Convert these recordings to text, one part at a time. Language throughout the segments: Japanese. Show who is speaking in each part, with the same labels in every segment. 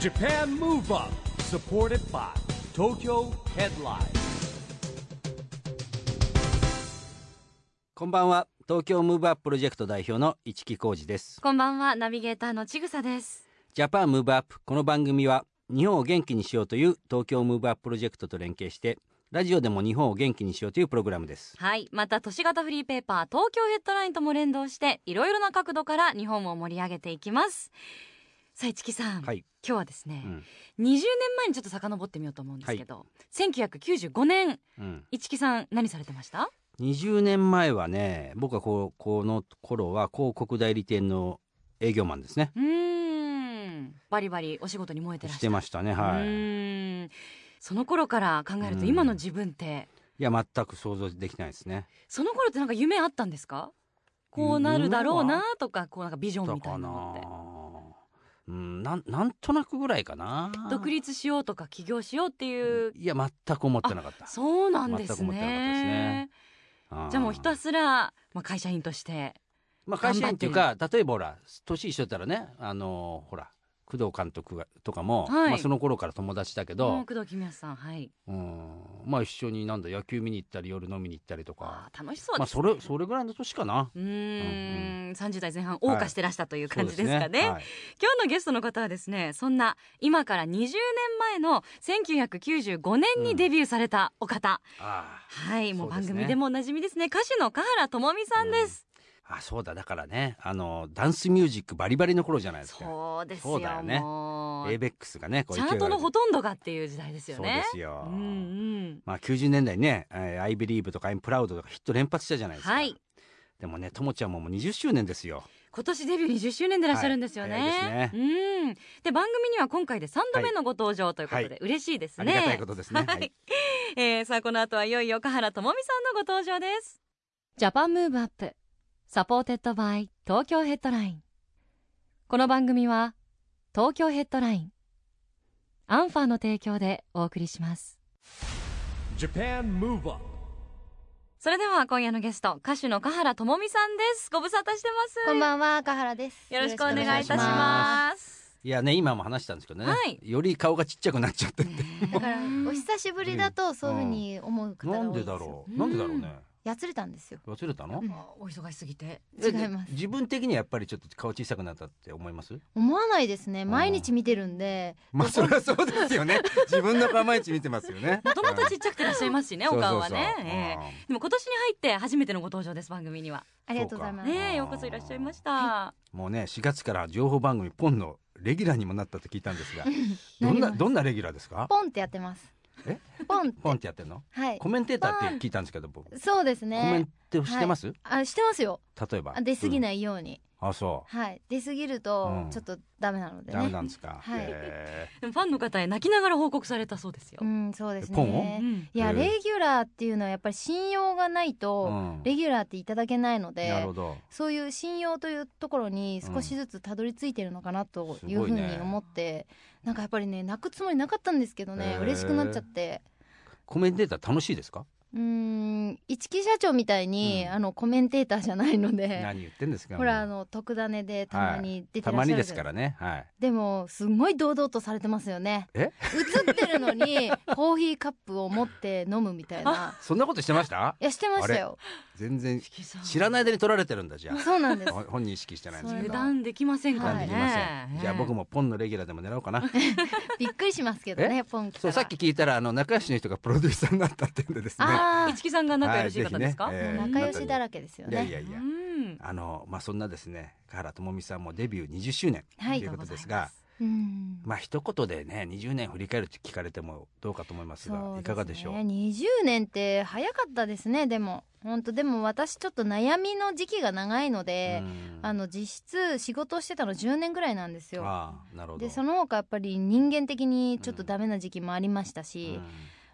Speaker 1: Japan Move Up supported by Tokyo Headline
Speaker 2: こんばんは東京ムーブアッププロジェクト代表の市木浩二です
Speaker 3: こんばんは、ナビゲーターのちぐさです。
Speaker 2: ジャパンムーブアップこの番組は日本を元気にしようという東京ムーブアッププロジェクトと連携してラジオでも日本を元気にしようというプログラムです
Speaker 3: はい、また都市型フリーペーパー東京ヘッドラインとも連動して、いろいろな角度から日本を盛り上げていきます。さあ、市木さん、
Speaker 2: はい、
Speaker 3: 今日はですね、
Speaker 2: うん
Speaker 3: 20年前にちょっと遡ってみようと思うんですけど、1995年、
Speaker 2: うん、
Speaker 3: 市木さん何されてました？
Speaker 2: 20年前はね僕はこうこの頃は広告代理店の営業マンですね
Speaker 3: うーん、バリバリお仕事に燃えてらっ
Speaker 2: し
Speaker 3: しゃ
Speaker 2: て
Speaker 3: る。
Speaker 2: ましたねは
Speaker 3: う
Speaker 2: い
Speaker 3: ーん、その頃から考える
Speaker 2: う
Speaker 3: と
Speaker 2: ん
Speaker 3: 今の自分って、
Speaker 2: いや全く想像できないですね
Speaker 3: その頃ってなんか夢あったんですか？こうなるだろうなとか、こうなんかビジョン
Speaker 2: だ
Speaker 3: みた
Speaker 2: か
Speaker 3: いなのって。
Speaker 2: なうんなんなんとなくぐらいかな
Speaker 3: 独立しようとか起業しようっていう、
Speaker 2: いや全く思ってなかった
Speaker 3: そうなんです
Speaker 2: 全く思ってなかったです
Speaker 3: ね
Speaker 2: ね。あー
Speaker 3: じゃあもうひたすら、まあ、会社員として
Speaker 2: まあ、会社員っていうか例えばほら年一緒だったらねあのーほら工藤監督がとかも、
Speaker 3: はい
Speaker 2: まあ、その頃から友達だけ
Speaker 3: うん
Speaker 2: ど、
Speaker 3: 工藤公康さんはい
Speaker 2: うんまあ、一緒になんだ野球見に行ったり夜飲みに行ったりとか
Speaker 3: あー楽しそう
Speaker 2: ま
Speaker 3: で
Speaker 2: あ、
Speaker 3: す、
Speaker 2: それそれぐらいの年かな。
Speaker 3: うーん30代前半
Speaker 2: はい
Speaker 3: 謳歌してらしたという感じです
Speaker 2: そ
Speaker 3: か
Speaker 2: う
Speaker 3: ね,、
Speaker 2: はい
Speaker 3: 今日のゲストの方はですねそんな今から20年前の1995年にデビューされたお方、
Speaker 2: あ
Speaker 3: はいもう
Speaker 2: そうで
Speaker 3: 番
Speaker 2: すね
Speaker 3: 組でもおなじみですね歌手の香原朋美さんです、
Speaker 2: ーあそうだだからねあのダンスミュージックバリバリの頃じゃないですか
Speaker 3: そうですよ
Speaker 2: そうだよね
Speaker 3: もう
Speaker 2: エイベックスがねこう
Speaker 3: チャートのほ
Speaker 2: で
Speaker 3: とんどがっていう時代ですよね
Speaker 2: そうですよ、
Speaker 3: うんうん
Speaker 2: まあ、90年代ね「えー I Believe」とか「I'm Proud」とかヒット連発したじゃないですか、
Speaker 3: はい
Speaker 2: でもねともちゃんももう20周年ですよ
Speaker 3: 今年デビュー20周年でいらっしゃるんですよね。
Speaker 2: はい早いです
Speaker 3: うん。で番組には今回で3度目のご登場ということで、
Speaker 2: はい
Speaker 3: 嬉しいです
Speaker 2: あ
Speaker 3: ね。
Speaker 2: りがたいことですね、
Speaker 3: はいえーさあこの後はいよいよ香原朋美さんのご登場です。ジャパンムーブアップサポーテッドバイ東京ヘッドライン。この番組は東京ヘッドラインアンファーの提供でお送りします。
Speaker 1: Japan Move Up
Speaker 3: それでは今夜のゲスト歌手の香原朋美さんです。ご無沙汰してます。
Speaker 4: こんばんは、香原です。
Speaker 3: よろしくお願いいたし
Speaker 2: よろしくお願
Speaker 3: ます。
Speaker 2: いやね今も話したんですけどね、
Speaker 3: はい
Speaker 2: より顔がちっちゃくなっちゃってて、
Speaker 4: だから、お久しぶりだと、そういうふうに思う方が
Speaker 2: な
Speaker 4: 多い
Speaker 2: ん
Speaker 4: です
Speaker 2: で
Speaker 4: よ
Speaker 2: だろ
Speaker 3: う
Speaker 2: うんなんでだろうね
Speaker 4: やつれたんですよ。
Speaker 2: 忘れたの
Speaker 4: うん
Speaker 3: あお忙しすぎ て。
Speaker 4: 違います
Speaker 2: え自分的にはやっぱりちょっと顔小さくなったって思います
Speaker 4: 思わないですね。毎日見てるんで。
Speaker 2: まあそりゃそうです よね自分の顔毎日見てますよね
Speaker 3: もともとちっちゃくていらっしゃいますしね、お顔はね。ええでも今年に入って初めてのご登場です、番組には。
Speaker 4: ありがとうございます。
Speaker 3: ねえ、ようこそいらっしゃいました。
Speaker 2: もうね4月から情報番組ポンのレギュラーにもなったって聞いたんですが
Speaker 4: な
Speaker 2: どん
Speaker 4: りま
Speaker 2: な
Speaker 4: す
Speaker 2: どんなレギュラーですか
Speaker 4: ポンってやってます。
Speaker 2: え
Speaker 4: ポンって。
Speaker 2: ポンってやってんの
Speaker 4: はい。
Speaker 2: コメンテーターって聞いたんですけど僕、
Speaker 4: そうです
Speaker 2: コメ
Speaker 4: ね
Speaker 2: ン。テをしてます、
Speaker 4: あ、してますよ。
Speaker 2: 例えば
Speaker 4: あ出過ぎ
Speaker 2: い、
Speaker 4: ないように。
Speaker 2: うんあそう
Speaker 4: はい。出過ぎる
Speaker 2: う
Speaker 4: と
Speaker 2: ん、
Speaker 4: ちょっとダメなので
Speaker 2: ダメ
Speaker 4: ね。
Speaker 2: なんですか、
Speaker 4: はい
Speaker 2: へ
Speaker 3: でもファンの方へ泣きながら報告されたそうですよ
Speaker 4: う。ん、そうです
Speaker 2: ポ
Speaker 3: う
Speaker 2: ン
Speaker 4: ね。
Speaker 3: ん
Speaker 4: いや、
Speaker 2: うん
Speaker 4: レギュラーっていうのはやっぱり信用がない
Speaker 2: ー
Speaker 4: と、
Speaker 2: うん
Speaker 4: レギュラーっていただけないので。
Speaker 2: なるほど
Speaker 4: そういう信用というところに少しずつたどり着いてるのかなとい
Speaker 2: う
Speaker 4: う
Speaker 2: んすご
Speaker 4: ふう
Speaker 2: い
Speaker 4: に
Speaker 2: ね
Speaker 4: 思って、なんかやっぱりね泣くつもりなかったんですけどね
Speaker 2: へー
Speaker 4: 嬉しくなっちゃって
Speaker 2: コメンテーター楽しいですか
Speaker 4: うーん一木社長みたいに、
Speaker 2: うん
Speaker 4: あのコメンテーターじゃないので
Speaker 2: 何言ってんですか
Speaker 4: ほら
Speaker 2: もう
Speaker 4: あの特ダネでたまに出て
Speaker 2: た
Speaker 4: ら
Speaker 2: ま
Speaker 4: っし
Speaker 2: に
Speaker 4: ゃ
Speaker 2: で
Speaker 4: るじ
Speaker 2: す
Speaker 4: ゃ
Speaker 2: か
Speaker 4: ない
Speaker 2: らねはい
Speaker 4: でもすんごい堂々とされてますよね
Speaker 2: え
Speaker 4: 映ってる のにコーヒーカップを持って飲むみたいな
Speaker 2: そんなことしてました
Speaker 4: いやしてましたよ
Speaker 2: 全然
Speaker 3: 四季さん
Speaker 2: 知らない間に取られてるんだじゃ
Speaker 4: そうなんで
Speaker 2: あ
Speaker 4: す
Speaker 2: ほ本人意識してないんですけ
Speaker 3: 油
Speaker 2: ど
Speaker 4: そう
Speaker 3: 断できませんから
Speaker 2: 断で
Speaker 3: ね。
Speaker 2: きませんじゃあ僕
Speaker 3: も。
Speaker 2: もポンのレギュラーでも狙おうかな
Speaker 4: びっくりしますけどねポン来た
Speaker 2: そう
Speaker 4: ら
Speaker 2: さっき聞いたらあの仲良しの人がプロデューサーになったっていうんでですね
Speaker 4: あ
Speaker 3: 一木さんが仲良しい方ですか
Speaker 2: は
Speaker 4: あ、
Speaker 2: いぜひねえー
Speaker 4: 仲良しだらけですよ
Speaker 2: いや
Speaker 4: ね
Speaker 2: いやいや
Speaker 3: うん
Speaker 2: あのまあそんなですね香原朋美さんもデビュー20周年と
Speaker 4: はい
Speaker 2: いうことですが、
Speaker 4: うん
Speaker 2: まあ一言でね20年振り返るって聞かれてもどうかと思いますが
Speaker 4: そう
Speaker 2: いかがでしょう
Speaker 4: すね20年って早かったですねでも本当でも私ちょっと悩みの時期が長いので、
Speaker 2: うん
Speaker 4: あの実質仕事をしてたの10年ぐらいなんですよ
Speaker 2: ああなるほど
Speaker 4: でその他やっぱり人間的にちょっとダメな時期もありましたし、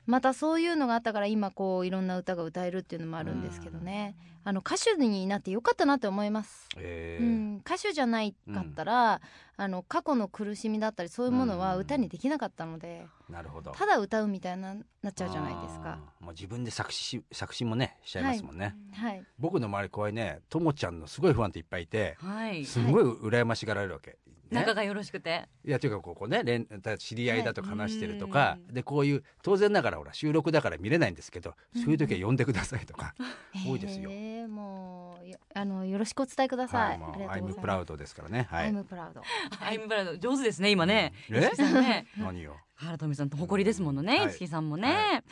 Speaker 4: またそういうのがあったから今こういろんな歌が歌えるっていうのもあるんですけどね、あの歌手になってよかったなって思います
Speaker 2: え
Speaker 4: う
Speaker 2: ー
Speaker 4: ん、歌手じゃないかったら、あの過去の苦しみだったりそういうものは歌にできなかったので、
Speaker 2: なるほど
Speaker 4: ただ歌うみたいななっちゃうじゃないですか。
Speaker 2: あーもう自分で作詞し作詞もねしちゃいますもんね、
Speaker 4: はい、
Speaker 2: 僕の周り怖いねともちゃんのすごいファンっていっぱいいて
Speaker 3: はい。
Speaker 2: すごい羨ましがられるわけ、
Speaker 3: 仲がよろしくて
Speaker 5: いやというかここね連知り合いだとか話してるとか、でこういう当然ながらほら収録だから見れないんですけど、そういう時は呼んでくださいと か、多いですよ。
Speaker 4: えーもうよあのよろしくお伝えくださ。
Speaker 5: はいい、も
Speaker 4: あり
Speaker 5: う
Speaker 4: が
Speaker 5: アイ
Speaker 4: とうご
Speaker 5: ム
Speaker 4: ざ
Speaker 5: プ
Speaker 4: いま
Speaker 5: ラウドですからね。
Speaker 4: す。
Speaker 5: は
Speaker 4: アイ
Speaker 5: い。
Speaker 4: ムプラウド。
Speaker 3: アイムブラウド上手ですね今ね
Speaker 5: うんえ
Speaker 3: 吉木さんね
Speaker 5: 何よ。
Speaker 3: 原富さんと誇りですものね
Speaker 5: はい
Speaker 3: 吉木さんも
Speaker 5: は
Speaker 3: ね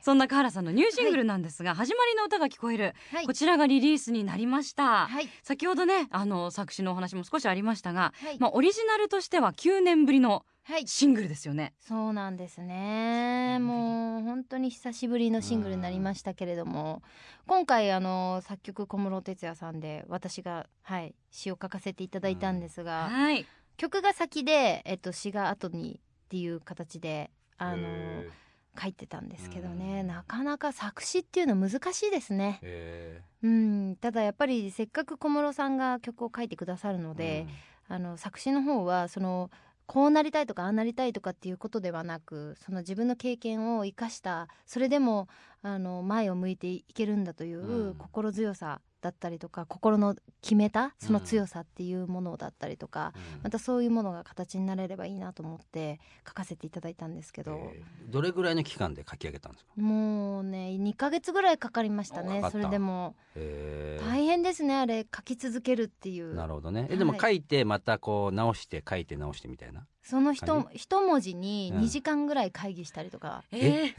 Speaker 3: そんなカ原さんのニューシングルなんですが始まりの歌が聞こえる
Speaker 4: はい
Speaker 3: こ。ちらがリリースになりました
Speaker 4: はい。
Speaker 3: 先ほどねあの作詞のお話も少しありましたが
Speaker 4: はい。
Speaker 3: まあオリジナルとしては9年ぶりの
Speaker 4: はい。
Speaker 3: シングルですよね
Speaker 4: そうなんですね。もう本当に久しぶりのシングルになりましたけれども、今回あの作曲小室哲哉さんで私がはい詩を書かせていただいたんですが、
Speaker 3: はい
Speaker 4: 曲が先でえっと詩が後にっていう形であの
Speaker 5: えー
Speaker 4: 書いてたんですけどね、
Speaker 5: うん
Speaker 4: なかなか作詞っていうの難しいですね。
Speaker 5: え
Speaker 4: うん、ただやっぱりせっかく小室さんが曲を書いてくださるの
Speaker 5: ー
Speaker 4: で、、あの作詞の方はそのこうなりたいとかああなりたいとかっていうことではなくその自分の経験を生かしたそれでもあの前を向いていけるんだとい
Speaker 5: うん
Speaker 4: う心強さだったりとか心の決めたその強さっていうものだったりとか、
Speaker 5: うん
Speaker 4: またそういうものが形になれればいいなと思って書かせていただいたんですけど、
Speaker 5: え
Speaker 2: どれぐらいの期間で書き上げたんですか、
Speaker 4: もうね2ヶ月ぐらいかかりました
Speaker 2: おか
Speaker 4: ね
Speaker 2: かった
Speaker 4: それでも
Speaker 2: えー
Speaker 4: 大変ですねあれ書き続けるっていう
Speaker 2: なるほどね
Speaker 4: は
Speaker 2: え
Speaker 4: い
Speaker 2: でも書いてまたこう直して書いて直してみたいな
Speaker 4: そのひ
Speaker 2: 感
Speaker 4: と一文字に
Speaker 2: うん
Speaker 4: 2時間ぐらい会議したりとか、
Speaker 3: えー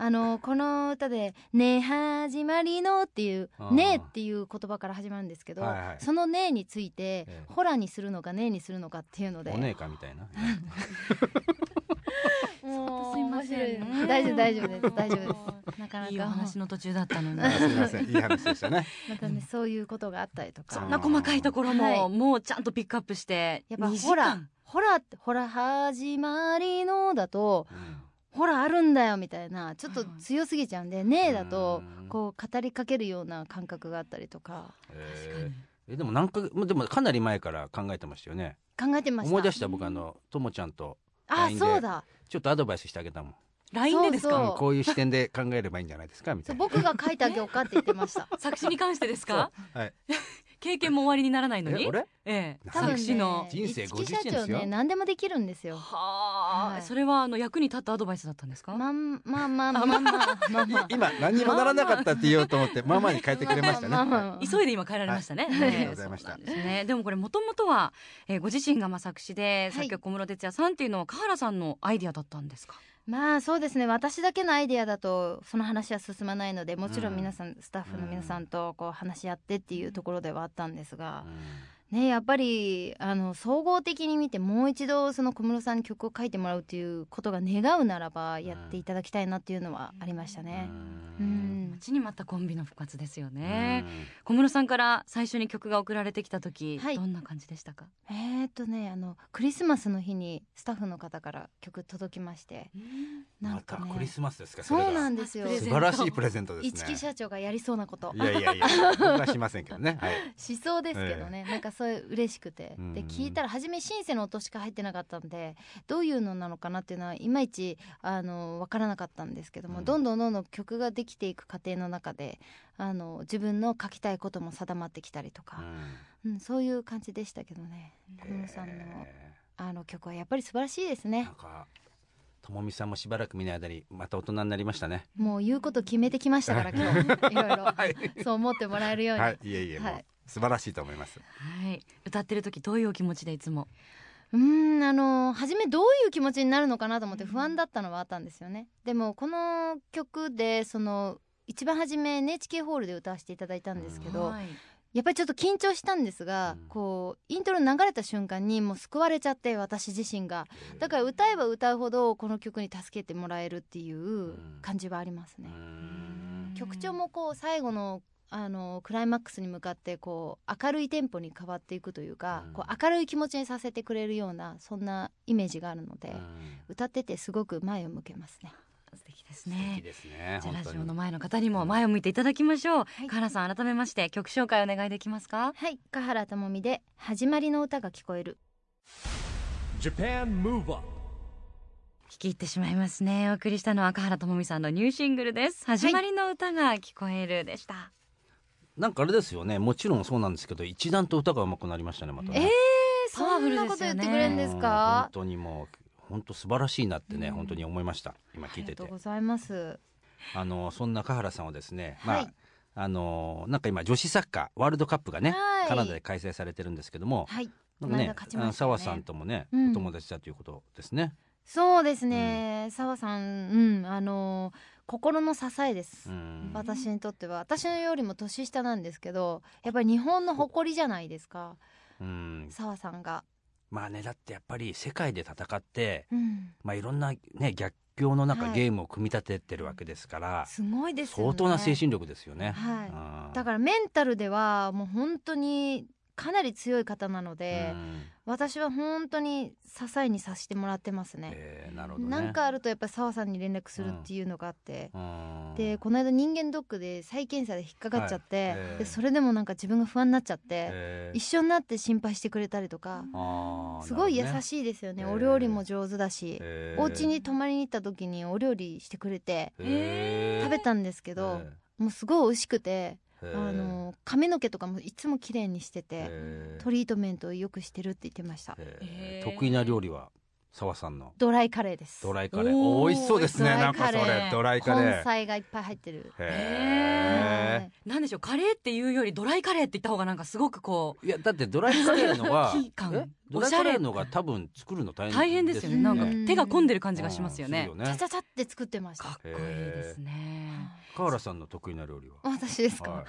Speaker 4: あのこの歌で「ね始まりの」っていう
Speaker 2: あー
Speaker 4: 「ね」っていう言葉から始まるんですけど、
Speaker 5: はいはい
Speaker 4: その「ね」について、
Speaker 5: ええ
Speaker 4: ホラーにするのか「ね」にするのかっていうので
Speaker 2: お姉かみたい な
Speaker 4: もう
Speaker 3: すいませんね
Speaker 4: 面白い大丈夫大丈夫です大丈夫です なかなか
Speaker 3: いいお話の途中だったのに
Speaker 5: あすみません、いい話で したね。
Speaker 4: またねそういうことがあったりと
Speaker 3: そ
Speaker 4: か
Speaker 3: んな細かいところも、
Speaker 4: はい
Speaker 3: もうちゃんとピックアップして
Speaker 4: やっぱ
Speaker 3: 2時
Speaker 4: ホラー
Speaker 3: 間
Speaker 4: ホラーってホラー始まりのだとホラーあるんだよみたいなちょっと強すぎちゃうんで「ねえ」だと
Speaker 2: うん
Speaker 4: こう語りかけるような感覚があったりとか
Speaker 3: 確かに
Speaker 2: えーえでも何かでもかなり前から考えてましたよね
Speaker 4: 考えてました
Speaker 2: 思い出した僕あのともちゃんと
Speaker 4: あ
Speaker 2: LINE で
Speaker 4: そうだ
Speaker 2: ちょっとアドバイスしてあげたもん
Speaker 3: LINE でです
Speaker 4: そう
Speaker 3: か
Speaker 4: そ
Speaker 5: こういう視点で考えればいいんじゃないですかみた
Speaker 4: そう
Speaker 5: いな。
Speaker 4: 僕が書いてあげようかって言ってました
Speaker 3: 作詞に関してです か
Speaker 5: そうはい
Speaker 3: 経験も終わりにならないの
Speaker 5: え
Speaker 3: に
Speaker 5: 俺
Speaker 3: ええ
Speaker 5: 多分ね
Speaker 3: 作詞の
Speaker 5: 人生
Speaker 4: 五
Speaker 5: 50
Speaker 4: 木社
Speaker 5: 年で
Speaker 4: 長
Speaker 5: すよ
Speaker 4: ね何でもできるんですよ
Speaker 3: はあ、
Speaker 4: はい
Speaker 3: それはあの役に立ったアドバイスだったんですか、
Speaker 4: まんまあまあまあまあまあま あ
Speaker 5: 今何にもならなかったって言おうと思って、まあまあに変えてくれましたね。
Speaker 4: まあまあ
Speaker 5: は
Speaker 4: まあ
Speaker 3: 急いで今変えられましたね、
Speaker 5: い
Speaker 3: ええ
Speaker 5: ありがとうございました
Speaker 3: そうなんですねでもこれもともとは、えーご自身がまあ作詞で
Speaker 4: い
Speaker 3: 作曲小室哲哉さんっていうのは河原さんのアイディアだったんですか、
Speaker 4: まあそうですね私だけのアイディアだとその話は進まないのでもちろん皆さん、スタッフの皆さんとこう話し合ってっていうところではあったんですが、ねやっぱりあの総合的に見てもう一度その小室さんに曲を書いてもらうっていうことが願うならばやっていただきたいなっていうのはありましたね。う
Speaker 2: うん
Speaker 4: ん、
Speaker 3: 待ちに待ったコンビの復活ですよ
Speaker 2: う
Speaker 3: ね、
Speaker 2: ん
Speaker 3: 小室さんから最初に曲が送られてきた時、
Speaker 4: はい
Speaker 3: どんな感じでしたか、
Speaker 4: えーっとねあのクリスマスの日にスタッフの方から曲届きましてなん
Speaker 2: また
Speaker 4: かね、
Speaker 2: クリスマスですかそれ
Speaker 4: そう
Speaker 2: が
Speaker 4: なんですよ
Speaker 3: プレ
Speaker 5: 素
Speaker 3: ゼン
Speaker 5: 晴らしいプレゼントです
Speaker 4: 一木
Speaker 5: ね。
Speaker 4: 社長がやりそうなこと
Speaker 5: いやいやいや、僕はしませんけどね。はい。
Speaker 4: しそうですけどね、なんかそういう嬉しくて、
Speaker 5: うん
Speaker 4: で聞いたら初めシンセの音しか入ってなかったんでどういうのなのかなっていうのはいまいちあの分からなかったんですけども、
Speaker 2: うん
Speaker 4: どんどんどんどん曲ができていく過程の中であの自分の書きたいことも定まってきたりと
Speaker 2: う
Speaker 4: か、
Speaker 2: ん
Speaker 4: うんそういう感じでしたけどね小室さんの
Speaker 2: え
Speaker 4: あの曲はやっぱり素晴らしいです
Speaker 2: ー
Speaker 4: ね
Speaker 2: なんかともみさんもしばらく見ない間にまた大人になりましたね
Speaker 4: もう言うこと決めてきましたから今日いろいろ、そう思ってもらえるように、
Speaker 5: はい、いえいえ、も
Speaker 4: は
Speaker 5: う
Speaker 4: い
Speaker 5: 素晴らしいと思います。
Speaker 3: はい、歌ってる時どういうお気持ちでいつも
Speaker 4: うーんあの初めどういう気持ちになるのかなと思って不安だったのはあったんですよね。でもこの曲でその一番初め NHK ホールで歌わせていただいたんですけど、
Speaker 3: はい
Speaker 4: やっぱりちょっと緊張したんですが、
Speaker 2: うん
Speaker 4: こうイントロ流れた瞬間にもう救われちゃって私自身がだから歌えば歌うほどこの曲に助けてもらえるっていう感じはありますね。
Speaker 2: うん
Speaker 4: 曲調もこう最後のあのクライマックスに向かってこう明るいテンポに変わっていくというか、
Speaker 2: うん
Speaker 4: こう明るい気持ちにさせてくれるようなそんなイメージがあるので、
Speaker 2: うん
Speaker 4: 歌っててすごく前を向けますね。
Speaker 3: 素敵です
Speaker 2: 素敵
Speaker 3: ね
Speaker 2: ですね
Speaker 3: じゃ
Speaker 2: 本
Speaker 3: あラ
Speaker 2: 当
Speaker 3: ジ
Speaker 2: に
Speaker 3: オの前の方にも前を向いていただきましょう、
Speaker 4: い
Speaker 3: カハラさん改めまして曲紹介お願いできますか
Speaker 4: はい、香原朋美で始まりの歌が聞こえる。
Speaker 1: Japan Move Up
Speaker 3: 聞き入ってしまいますねお送りしたのはカハラともみさんのニューシングルです始まりの歌が聞こえるでした、
Speaker 2: なんかあれですよねもちろんそうなんですけど一段と歌が上手くなりましたねまたね
Speaker 4: えー
Speaker 3: パワ
Speaker 4: そ
Speaker 3: フ
Speaker 4: ん
Speaker 3: ルですよ
Speaker 4: な
Speaker 3: ね
Speaker 4: こと言ってくれるんですか
Speaker 2: 本。当にもう本当素晴らしいなってね、
Speaker 4: うん
Speaker 2: 本当に思いました今
Speaker 4: あ
Speaker 2: 聞い
Speaker 4: り
Speaker 2: て
Speaker 4: が
Speaker 2: て
Speaker 4: とうございます。
Speaker 2: あのそんな香原さんをですね、
Speaker 4: は
Speaker 2: ま
Speaker 4: い
Speaker 2: ああのなんか今女子サッカーワールドカップがね、
Speaker 4: はい
Speaker 2: カナダで開催されてるんですけども、
Speaker 4: はい。
Speaker 2: なんかね
Speaker 4: この間勝ちましたね
Speaker 2: あの澤さんともね、
Speaker 4: うん
Speaker 2: お友達だということですね。
Speaker 4: そうですね。澤さん、うん、あの心の支えです
Speaker 2: う。ん
Speaker 4: 私にとっては私よりも年下なんですけどやっぱり日本の誇りじゃないですか
Speaker 2: うん
Speaker 4: 澤さんが、
Speaker 2: まあねだってやっぱり世界で戦って、
Speaker 4: うん、
Speaker 2: まあいろんなね逆境の中、
Speaker 4: はい
Speaker 2: ゲームを組み立ててるわけですから、
Speaker 4: すごいですよね
Speaker 2: 相当な精神力ですよね。
Speaker 4: はい
Speaker 2: うん
Speaker 4: だからメンタルではもう本当にかなり強い方なので
Speaker 2: う、ん
Speaker 4: 私は本当に支えにさせてもらってますね。
Speaker 2: えーなるほどね。
Speaker 4: なんかあるとやっぱ澤さんに連絡するっていうのがあって、
Speaker 2: うん
Speaker 4: でこの間人間ドックで再検査で引っかかっちゃって、
Speaker 2: はいえー
Speaker 4: でそれでもなんか自分が不安になっちゃって、
Speaker 2: えー
Speaker 4: 一緒になって心配してくれたりとか、
Speaker 2: あー
Speaker 4: すごい優
Speaker 2: なるほどね
Speaker 4: しいですよね
Speaker 2: えー
Speaker 4: お料理も上手だし、
Speaker 2: えー
Speaker 4: お家に泊まりに行った時にお料理してくれて
Speaker 2: えー
Speaker 4: 食べたんですけど、もうすごい美味しくて、
Speaker 2: え
Speaker 4: あ
Speaker 2: ー
Speaker 4: の髪の毛とかもいつも綺麗にしてて、
Speaker 2: えー
Speaker 4: トリートメントをよくしてるって言ってました
Speaker 2: え
Speaker 3: え
Speaker 2: ー
Speaker 3: ー
Speaker 2: 得意な料理は澤さんの
Speaker 4: ドライカレーです
Speaker 2: ドライカレー。
Speaker 3: おー
Speaker 2: おー美味しそうですね。
Speaker 4: ドラ
Speaker 2: な
Speaker 4: イ
Speaker 2: んか
Speaker 4: カ
Speaker 2: そ
Speaker 4: レー
Speaker 2: れドライカレ
Speaker 4: 根
Speaker 2: ー。
Speaker 4: 菜がいっぱい入ってる
Speaker 2: へー
Speaker 4: はい
Speaker 3: なんでしょうカレーっていうよりドライカレーって言った方がなんかすごくこう
Speaker 2: いやだってドライカレーの は
Speaker 3: キー感
Speaker 2: えドライカレーのが多分作るの大変
Speaker 3: 大変ですよね
Speaker 4: です
Speaker 3: な
Speaker 4: ね
Speaker 3: んか
Speaker 4: うん
Speaker 3: 手が込んでる感じがしますよね,、
Speaker 2: うんする
Speaker 4: ち
Speaker 2: よ
Speaker 4: ゃちゃちゃって作ってました
Speaker 3: かっこいいですね
Speaker 2: 香原さんの得意な料理は。
Speaker 4: 私ですか、
Speaker 2: はい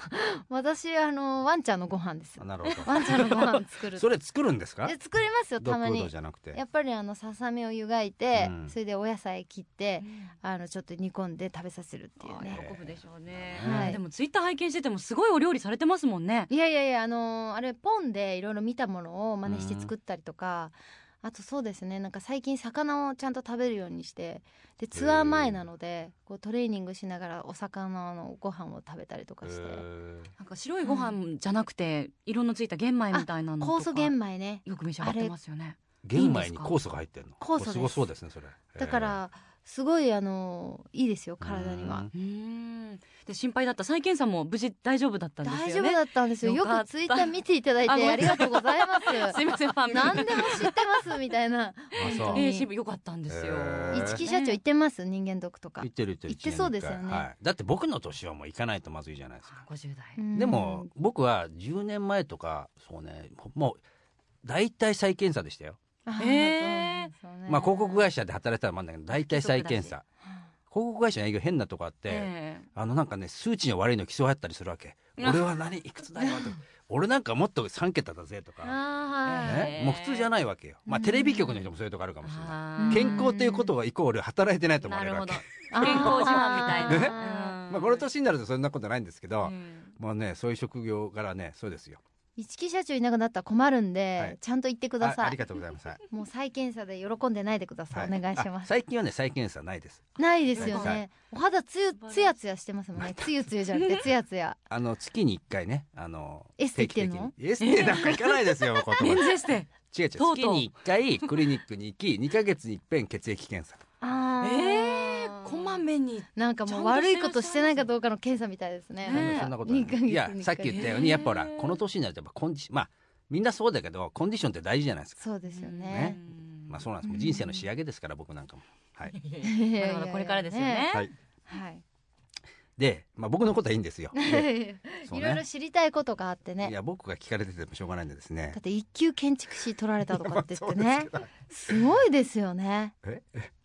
Speaker 4: 私あのワンちゃんのご飯です
Speaker 2: あなるほ
Speaker 4: ワンちゃんのご飯作
Speaker 2: ど。
Speaker 4: る
Speaker 2: それ作るんですか
Speaker 4: え？作りますよ
Speaker 2: ド
Speaker 4: たま
Speaker 2: ッグフー
Speaker 4: に
Speaker 2: ドじゃなくて。
Speaker 4: やっぱりあのささみを湯がいて、
Speaker 2: うん
Speaker 4: それでお野菜切ってあのちょっと煮込んで食べさせるっていう
Speaker 3: あ
Speaker 4: ね
Speaker 3: ー喜ぶでしょうね、
Speaker 4: はい
Speaker 3: でもツイッター拝見しててもすごいお料理されてますもんね
Speaker 4: いやいやいやあのあれポンでいろいろ見たものを真似して作ったりとか、あとそうですねなんか最近魚をちゃんと食べるようにしてでツアー前なのでこうトレーニングしながらお魚のご飯を食べたりとかして、
Speaker 2: へー
Speaker 3: なんか白いご飯じゃなくて色のついた玄米みたいなのとか
Speaker 4: 酵素玄米ね
Speaker 3: よく召し上がってますよね
Speaker 2: 玄米に酵素が入ってるの。
Speaker 4: 酵素です
Speaker 2: すごそうですねそれ。
Speaker 4: だからすごいあのいいですよ体には。
Speaker 2: うん
Speaker 3: うーんで心配だった再検査も無事大丈夫だったんです
Speaker 4: 大丈
Speaker 3: よ
Speaker 4: 夫
Speaker 3: ね
Speaker 4: だったんですよ。
Speaker 3: よ
Speaker 4: よ
Speaker 3: かった
Speaker 4: くツイッター見ていただいて
Speaker 3: あごめん
Speaker 4: あり
Speaker 3: なさい
Speaker 4: がとうございます。
Speaker 3: すいませんファン
Speaker 4: 何でも知ってますみたいな。
Speaker 2: あそう
Speaker 4: 本当
Speaker 3: え
Speaker 4: に
Speaker 3: えしよかったんですよ
Speaker 2: へー
Speaker 4: 一木社長言ってます人間ドックとか
Speaker 2: 言っ。てる言ってる。
Speaker 4: 行ってそうですよね
Speaker 2: 一年に一回はい。だって僕の年はもう行かないとまずいじゃないですか。
Speaker 3: 五十代
Speaker 4: うん
Speaker 2: でも僕は10年前とかそうねもう大体再検査でしたよ、
Speaker 4: あ
Speaker 3: えー
Speaker 4: そうなんですよね
Speaker 2: まあ広告会社で働いてたらまんだけど大体再検査広告会社の営業変なとこあって、
Speaker 3: え
Speaker 2: あのなんかね数値の悪いの競い合ったりするわけ
Speaker 3: あ
Speaker 2: 俺は何いくつだよ とか俺なんかもっと3桁だぜとか、
Speaker 4: あーはい。
Speaker 2: ね、もう普通じゃないわけよまあ
Speaker 4: うん
Speaker 2: テレビ局の人もそういうとこあるか
Speaker 3: え
Speaker 2: もしれない
Speaker 4: ー
Speaker 2: 健康っていうことはイコール働いてないと思わ
Speaker 3: な
Speaker 2: れる
Speaker 3: る
Speaker 2: わ
Speaker 3: ほ
Speaker 2: け
Speaker 3: ど健康自慢みたいな、
Speaker 2: ね
Speaker 3: うん
Speaker 2: まあこの年になるとそんなことないんですけど、
Speaker 3: うん
Speaker 2: まあねそういう職業からねそうですよ
Speaker 4: 一木社長いなくなったら困るんで、
Speaker 2: はい
Speaker 4: ちゃんと言ってくだ
Speaker 2: ああ
Speaker 4: さ
Speaker 2: り
Speaker 4: い。
Speaker 2: がとうございます、はい
Speaker 4: もう再検査で喜んでないでください。お願いし
Speaker 2: あ
Speaker 4: ます。
Speaker 2: 最近はね再検査ないです
Speaker 4: ないですよ
Speaker 2: は
Speaker 4: ね。お肌つゆつやつやしてますもんね。つゆつゆじゃな くてつやつや。
Speaker 2: あの月に一回ねあの
Speaker 4: エステ行ってんの
Speaker 2: 定期的にエステなんか行かないです よこ違う
Speaker 3: メン
Speaker 2: 違う
Speaker 3: ズエステ
Speaker 2: 月
Speaker 3: とうとう
Speaker 2: に一回クリニックに行き二ヶ月に一遍血液検査
Speaker 4: あー
Speaker 3: えーこまめに
Speaker 4: なんかもう
Speaker 3: ちゃんと
Speaker 4: 悪
Speaker 3: して
Speaker 4: い
Speaker 3: らっしゃいます
Speaker 4: ことしてないかどうかの検査みたいですね。
Speaker 2: そん
Speaker 3: ね
Speaker 2: なそんなことない
Speaker 4: 二ヶ月に一
Speaker 2: や
Speaker 4: 回
Speaker 2: さっき言ったようにやっぱほらこの年になるとやっぱコンディションまあみんなそうだけどコンディションって大事じゃないですか
Speaker 4: そうですよ
Speaker 2: ね
Speaker 4: ね。
Speaker 2: まあそうなんですもう人生の仕上げですから僕なんかもはい
Speaker 3: まだまだこれからですよね。
Speaker 2: はい
Speaker 4: はい。
Speaker 2: でまあ僕のことはいいんです よでそう
Speaker 4: い
Speaker 2: ね
Speaker 4: ろいろ知りたいことがあって
Speaker 2: い
Speaker 4: ね。
Speaker 2: や僕が聞かれててもしょうがないんでですね
Speaker 4: だって一級建築士取られたとかって言って
Speaker 2: いやまあ
Speaker 4: ね
Speaker 2: そうですけ。ど
Speaker 4: すごいですよね
Speaker 2: え。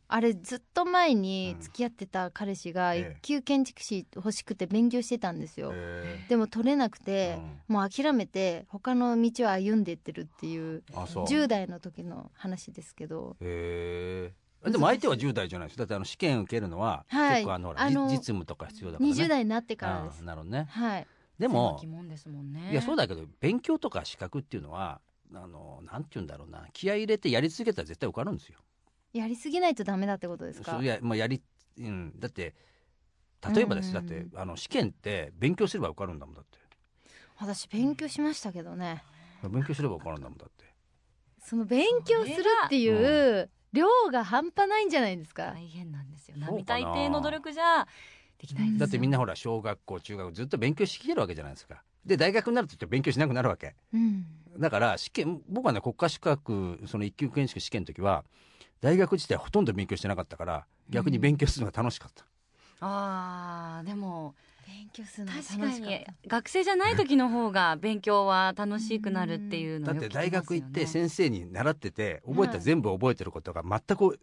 Speaker 4: あれずっと前に
Speaker 2: うん
Speaker 4: 付き合ってた彼氏が一
Speaker 2: ええ
Speaker 4: 級建築士欲しくて勉強してたんですよ。
Speaker 2: え
Speaker 4: でも取れなくて
Speaker 2: ーう、ん
Speaker 4: もう諦めて他の道を歩んでってるっていう
Speaker 2: あそう
Speaker 4: 10代の時の話ですけど。
Speaker 2: へえ。でも相手は10代じゃないですだってあの試験受けるのは
Speaker 4: はい
Speaker 2: 結構あのほら、
Speaker 4: あの
Speaker 2: じ実務とか必要だから、ね、
Speaker 4: 20代になってからです
Speaker 2: あー。なるほどね
Speaker 4: はい。
Speaker 2: でも
Speaker 3: 疑問ですもんね。
Speaker 2: いやそうだけど勉強とか資格っていうのはあのなんて言うんだろうな気合い入れてやり続けたら絶対受かるんですよ。
Speaker 4: やりすぎないとダメだってことですか
Speaker 2: そうい。やまあやり、うん、だって例えばです、
Speaker 4: うん
Speaker 2: だってあの試験って勉強すれば受かるんだもんだって
Speaker 4: 私勉強しましたけどね。
Speaker 2: 勉強すれば受かるんだもんだって
Speaker 4: その勉強するっていう量が半端ないんじゃないですか。
Speaker 3: 大変なんですよ。
Speaker 2: そうかな
Speaker 3: 並大抵の努力じゃできないです。
Speaker 2: だってみんなほら小学校中学校ずっと勉強してきてるわけじゃないですか。で大学になるとちょっと勉強しなくなるわけ。
Speaker 4: うん。
Speaker 2: だから試験僕はね国家資格その一級建築試験の時は大学自体ほとんど勉強してなかったから逆に勉強するのが楽しかった、
Speaker 3: あーでも
Speaker 4: 勉強するの楽し
Speaker 3: 確
Speaker 4: かっ
Speaker 3: かに学生じゃない時の方が勉強は楽しくなるっていうの
Speaker 2: だっ
Speaker 3: をよ
Speaker 2: て
Speaker 3: く聞きます
Speaker 2: 大
Speaker 3: よね
Speaker 2: 学行って先生に習ってて覚えた、
Speaker 4: はい
Speaker 2: 全部覚えてることが全く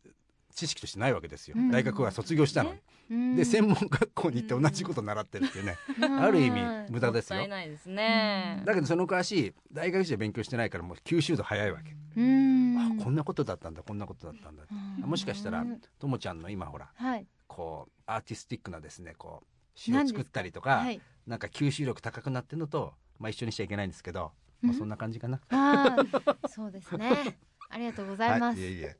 Speaker 2: 知識としてないわけですよ、
Speaker 4: うん
Speaker 2: 大学は卒業したのに、
Speaker 4: た
Speaker 2: で専門学校に行って同じこと習ってるっていうね、ある意味無駄です
Speaker 3: も
Speaker 2: よ
Speaker 3: ったいないですね。
Speaker 2: だけどその昔大学時代勉強してないからもう吸収度早いわけ、
Speaker 4: うん
Speaker 2: あこんなことだったんだこんなことだったんだって
Speaker 4: うん
Speaker 2: もしかしたら
Speaker 4: うん
Speaker 2: ともちゃんの今ほら
Speaker 4: はい
Speaker 2: こうアーティスティックなですねこう詩
Speaker 4: 何
Speaker 2: を
Speaker 4: ですか
Speaker 2: 作ったりとか
Speaker 4: はい
Speaker 2: なんか吸収力高くなってるのと、まあ、一緒にしちゃいけないんですけど、まあ、そんな感じかな。
Speaker 4: あ ーそうですねありがとうございま
Speaker 2: はい、
Speaker 4: す
Speaker 2: いえいえ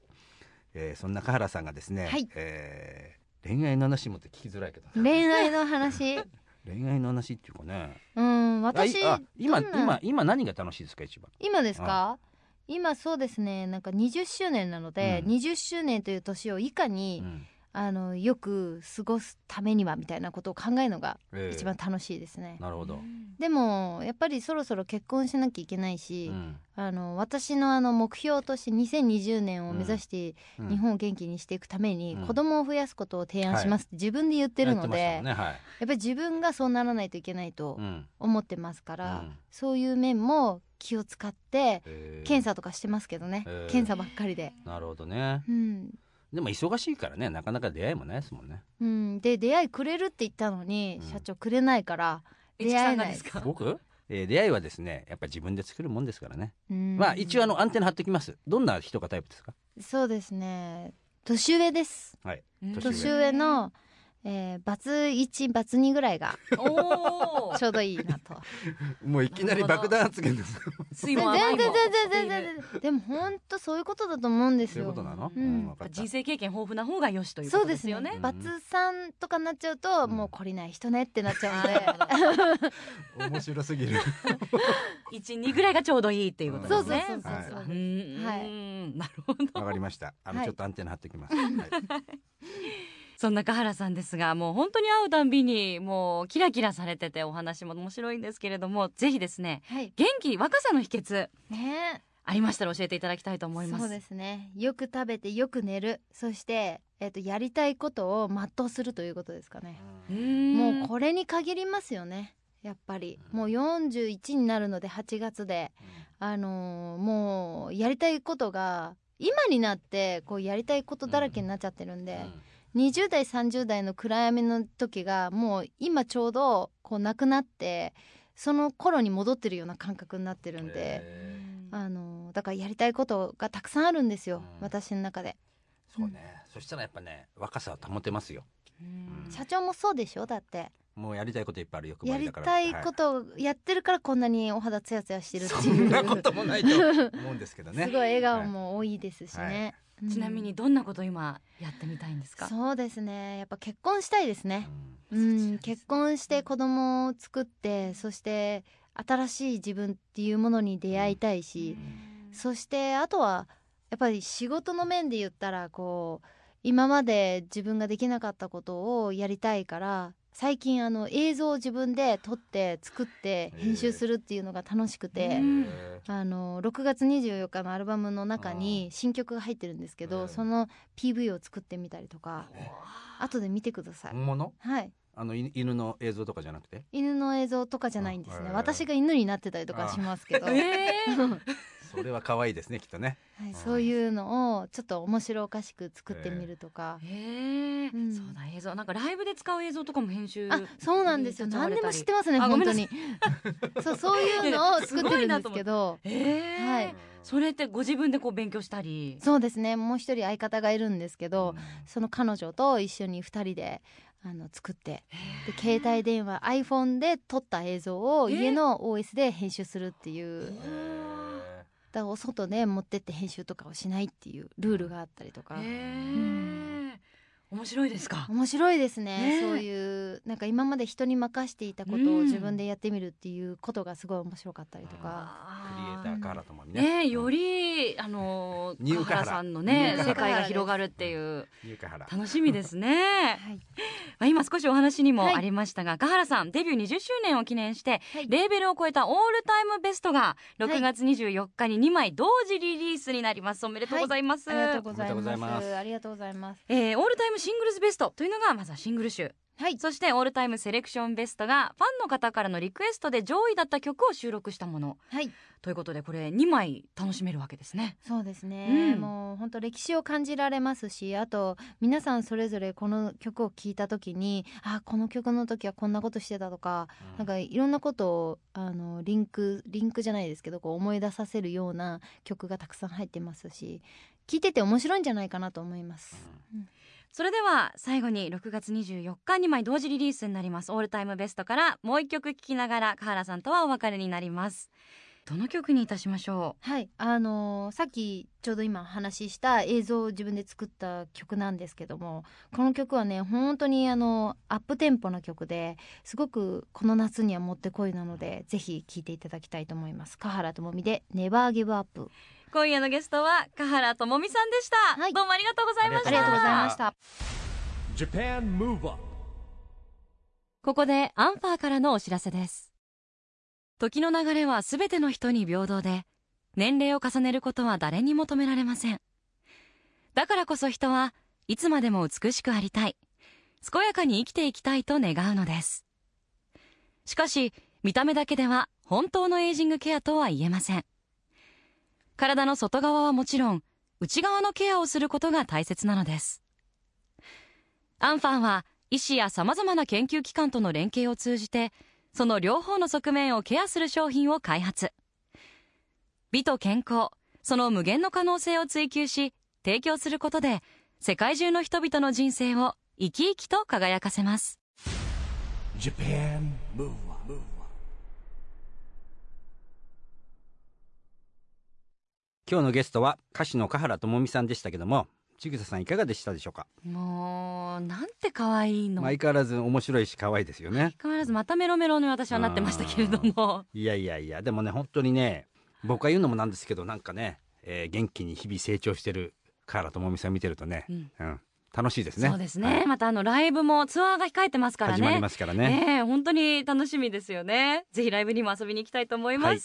Speaker 2: えーそんな香原さんがですね、
Speaker 4: はい
Speaker 2: えー恋愛の話もって聞きづらいけど
Speaker 4: 恋愛の話
Speaker 2: 恋愛の話っていうかね
Speaker 4: うん私
Speaker 2: あいあ今
Speaker 4: どんな
Speaker 2: 今今何が楽しいですか一番
Speaker 4: 今ですか今そうですねなんか20周年なので、
Speaker 2: うん
Speaker 4: 20周年という年をいかに、
Speaker 2: うん
Speaker 4: あのよく過ごすためにはみたいなことを考えるのが
Speaker 2: えー
Speaker 4: 一番楽しいですね、
Speaker 2: なるほど、
Speaker 4: でもやっぱりそろそろ結婚しなきゃいけないし、あの私のあの目標として2020年を目指して
Speaker 2: うん
Speaker 4: 日本を元気にしていくために
Speaker 2: うん
Speaker 4: 子供を増やすことを提案しますって自分で言ってるので、
Speaker 2: やってま
Speaker 4: や
Speaker 2: したもんねはい
Speaker 4: っぱり自分がそうならないといけないと
Speaker 2: うん
Speaker 4: 思ってますから、
Speaker 2: うん
Speaker 4: そういう面も気を使って
Speaker 2: えー
Speaker 4: 検査とかしてますけどね、
Speaker 2: えー
Speaker 4: 検査ばっかりで。
Speaker 2: なるほどね
Speaker 4: うん
Speaker 2: でも忙しいからねなかなか出会いもないですもんね
Speaker 4: うん、で出会いくれるって言ったのに、
Speaker 2: うん
Speaker 4: 社長くれないから、
Speaker 3: いちきさんがですか。
Speaker 2: 僕、えー出会いはですねやっぱ自分で作るもんですからね、
Speaker 4: うん
Speaker 2: まあ一応あのアンテナ張ってきますどんな人がタイプですか
Speaker 4: そうですね年上です
Speaker 2: ん年上
Speaker 4: 年上の、えー、バツ1バツ2ぐらいが
Speaker 3: おお
Speaker 4: ちょうどいいなと
Speaker 2: もういきなり爆弾発言です
Speaker 3: 水
Speaker 4: 全
Speaker 3: も甘い
Speaker 4: 然全然全
Speaker 3: も
Speaker 4: 然全然でも本当そういうことだと思うんです
Speaker 2: そういう
Speaker 4: よ
Speaker 2: ことなの、
Speaker 4: うん
Speaker 2: わかった
Speaker 3: 人生経験豊富な方がよしというこ
Speaker 4: そう
Speaker 3: と
Speaker 4: で
Speaker 3: ですす
Speaker 4: ね
Speaker 3: よね。
Speaker 4: バツ3とかになっちゃうと、
Speaker 2: うん
Speaker 4: もう懲りない人ねってなっちゃうので、
Speaker 2: 面白すぎる
Speaker 3: 一二ぐらいがちょうどいいっていうこと
Speaker 4: そう
Speaker 3: で
Speaker 4: そう
Speaker 3: す
Speaker 4: そう
Speaker 3: ね。
Speaker 4: そうそう、
Speaker 2: はい
Speaker 3: うんうん
Speaker 4: はい
Speaker 3: うんなるほど。
Speaker 2: わかりましたあの、
Speaker 4: はい
Speaker 2: ちょっとアンテナ張ってきます、はい
Speaker 3: そんな香原さんですが、もう本当に会うたんびにもうキラキラされててお話も面白いんですけれども、ぜひですね、
Speaker 4: はい
Speaker 3: 元気若さの秘訣
Speaker 4: ね
Speaker 3: ありましたら教えていただきたいと思います。
Speaker 4: そうですねよく食べてよく寝るそして、えっとやりたいことを全うするということですかね、
Speaker 3: うん
Speaker 4: もうこれに限りますよねやっぱりもう41になるので8月であのーもうやりたいことが今になってこうやりたいことだらけになっちゃってるんで、20代30代の暗闇の時がもう今ちょうどこうなくなってその頃に戻ってるような感覚になってるんで、あのーだからやりたいことがたくさんあるんですよ、
Speaker 2: うん
Speaker 4: 私の中で
Speaker 2: そうねそしたらやっぱね若さは保てますよ
Speaker 3: うん
Speaker 4: 社長もそうでしょだって
Speaker 2: もうやりたいこといっぱいある欲張
Speaker 4: や
Speaker 2: り
Speaker 4: り
Speaker 2: だから
Speaker 4: たいこ
Speaker 2: は
Speaker 4: とをやってるからこんなにお肌ツヤツヤしてる
Speaker 2: い
Speaker 4: って
Speaker 2: そ
Speaker 4: い
Speaker 2: ん
Speaker 4: う
Speaker 2: なこともないと思うんですけどね
Speaker 4: すごい笑顔も多いですし
Speaker 2: はい
Speaker 4: ね、うん
Speaker 3: ちなみにどんなこと今やってみたいんですか。
Speaker 4: そうですねやっぱ結婚したいですね、う
Speaker 3: そちらです
Speaker 4: ん
Speaker 3: ね
Speaker 4: 結婚して子供を作ってそして新しい自分っていうものに出会いたいし、そしてあとはやっぱり仕事の面で言ったらこう今まで自分ができなかったことをやりたいから最近あの映像を自分で撮って作って編集するっていうのが楽しくて、
Speaker 3: うん
Speaker 4: あの6月24日のアルバムの中に新曲が入ってるんですけど、
Speaker 2: うん
Speaker 4: その PV を作ってみたりとか後で見てください、
Speaker 2: 本物
Speaker 4: はい
Speaker 2: あのい犬の映像とかじゃなくて
Speaker 4: 犬の映像とかじゃないんですね、
Speaker 2: うん
Speaker 4: 私が犬になってたりとかしますけど、 は
Speaker 3: ええ
Speaker 2: それは可愛いですねきっとね
Speaker 4: い、そういうのをちょっと面白おかしく作ってみるとか、
Speaker 3: ええ
Speaker 4: うん
Speaker 3: そうだ映像なんかライブで使う映像とかも編集
Speaker 4: あそうなんですよ
Speaker 3: に携わ
Speaker 4: 何
Speaker 3: れ
Speaker 4: で
Speaker 3: たり
Speaker 4: も知ってますね
Speaker 3: あご
Speaker 4: 本
Speaker 3: めん
Speaker 4: 当
Speaker 3: なさ
Speaker 4: にそうそういうのを作ってるんですけど
Speaker 3: ええ
Speaker 4: はい
Speaker 3: それってご自分でこう勉強したり
Speaker 4: そうですねもう一人相方がいるんですけど、
Speaker 2: うん
Speaker 4: その彼女と一緒に2人であの作ってで携帯電話 iPhone で撮った映像を
Speaker 3: えー
Speaker 4: 家の OS で編集するっていう、だか
Speaker 2: へ
Speaker 4: らお外で持ってって編集とかをしないっていうルールがあったりとか、
Speaker 3: ええ
Speaker 4: ん
Speaker 3: 面白いですか
Speaker 4: 面白いですね
Speaker 3: ねえ
Speaker 4: そういうなんか今まで人に任していたことを
Speaker 3: うん
Speaker 4: 自分でやってみるっていうことがすごい面白かったりとか、
Speaker 2: ー
Speaker 6: だから原智美ね
Speaker 3: ねよりあの
Speaker 6: ニュー
Speaker 3: 香
Speaker 6: カハラ
Speaker 3: 原さんの
Speaker 6: ニューカハ
Speaker 3: ね
Speaker 6: ラ
Speaker 3: 世界が広がるっていう
Speaker 6: 優香原
Speaker 3: 楽しみですね。
Speaker 4: はい
Speaker 3: まあ今少しお話に
Speaker 4: はい
Speaker 3: もありましたが、香原さんデビュー20周年を記念して、
Speaker 4: はい
Speaker 3: レーベルを超えたオールタイムベストが
Speaker 4: は
Speaker 3: 6
Speaker 4: い
Speaker 3: 月24日に2枚同時リリースになります。おめでとうございます。
Speaker 4: ありがとうござ
Speaker 2: おめでとうござ
Speaker 4: い
Speaker 2: い
Speaker 4: ま。
Speaker 2: ますす
Speaker 4: ありがとうございます。
Speaker 3: えーオールタイムシングルスベストというのがまずはシングル集
Speaker 4: はい。
Speaker 3: そしてオールタイムセレクションベストがファンの方からのリクエストで上位だった曲を収録したもの
Speaker 4: はい。
Speaker 3: ということでこれ2枚楽しめるわけですね。
Speaker 4: そうですね。
Speaker 3: うん
Speaker 4: もう本当歴史を感じられますし、あと皆さんそれぞれこの曲を聴いた時に、あこの曲の時はこんなことしてたとか、なんかいろんなことをあのリンクリンクじゃないですけど、こう思い出させるような曲がたくさん入ってますし、聴いてて面白いんじゃないかなと思います。
Speaker 3: それでは最後に6月24日に枚同時リリースになりますオールタイムベストからもう1曲聴きながらカハラさんとはお別れになります。どの曲にいたしましょ
Speaker 4: はい、あのーさっきちょうど今話しした映像を自分で作った曲なんですけどもこの曲はね本当にあのアップテンポな曲ですごくこの夏にはもってこいなのでぜひ聴いていただきたいと思います。川原智美で Never Give Up
Speaker 3: う今夜のゲストはカハラともみさんでした、
Speaker 4: はい
Speaker 3: どうもありがとうございました
Speaker 4: ありがとうございました。
Speaker 1: Japan Move Up
Speaker 7: ここでアンファーからのお知らせです。時の流れは全ての人に平等で、年齢を重ねることは誰にも止められません。だからこそ人はいつまでも美しくありたい、健やかに生きていきたいと願うのです。しかし、見た目だけでは本当のエイジングケアとは言えません。体の外側はもちろん、内側のケアをすることが大切なのです。アンファンは医師や様々な研究機関との連携を通じて、その両方の側面をケアする商品を開発。美と健康、その無限の可能性を追求し、提供することで、世界中の人々の人生を生き生きと輝かせます。
Speaker 1: Japan Move Up
Speaker 2: 今日のゲストは歌手の香原智美さんでしたけども千草さんいかがでしたでしょうか
Speaker 3: もうなんて可愛いの、
Speaker 2: まあ相変わらず面白いし可愛いですよね
Speaker 3: 変わらずまたメロメロに私はなってましたけれども
Speaker 2: いやいやいやでもね本当にね僕が言うのもなんですけどなんかね、えー元気に日々成長してる香原智美さん見てるとね、
Speaker 3: うん
Speaker 2: うん楽しいですね
Speaker 3: そうですね、
Speaker 2: はい
Speaker 3: またあのライブもツアーが控えてますからね
Speaker 2: 始まりますからね
Speaker 3: ねえ本当に楽しみですよねぜひライブにも遊びに行きたいと思います、
Speaker 2: はい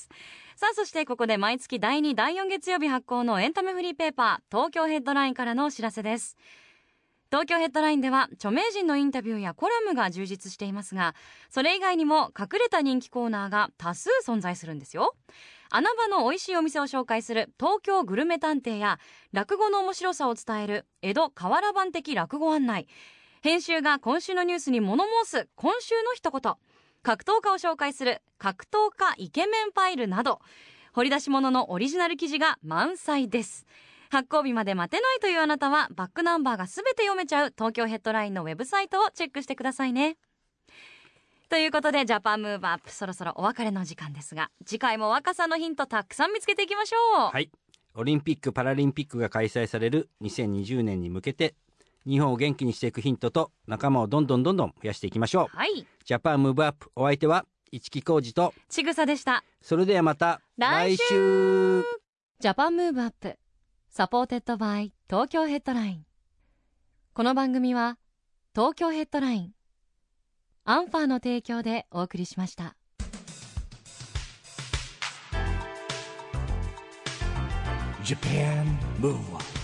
Speaker 3: さあそしてここで毎月第2第4月曜日発行のエンタメフリーペーパー東京ヘッドラインからのお知らせです東京ヘッドラインでは著名人のインタビューやコラムが充実していますがそれ以外にも隠れた人気コーナーが多数存在するんですよ穴場の美味しいお店を紹介する東京グルメ探偵や落語の面白さを伝える江戸河原版的落語案内編集が今週のニュースに物申す今週の一言格闘家を紹介する格闘家イケメンファイルなど掘り出し物のオリジナル記事が満載です発行日まで待てないというあなたはバックナンバーが全て読めちゃう東京ヘッドラインのウェブサイトをチェックしてくださいねということでジャパンムーブアップそろそろお別れの時間ですが次回も若さのヒントたくさん見つけていきましょう
Speaker 2: はいオリンピック・パラリンピックが開催される2020年に向けて日本を元気にしていくヒントと仲間をどんどんどんどん増やしていきましょう
Speaker 3: はい
Speaker 2: ジャパンムーブアップお相手は市木浩二と
Speaker 3: ちぐさでした
Speaker 2: それではまた来
Speaker 3: 来
Speaker 2: 週
Speaker 7: ジャパンムーブアップサポーテッドバイ東京ヘッドラインこの番組は東京ヘッドラインアンファーの提供でお送りしました。
Speaker 1: Japan Move Up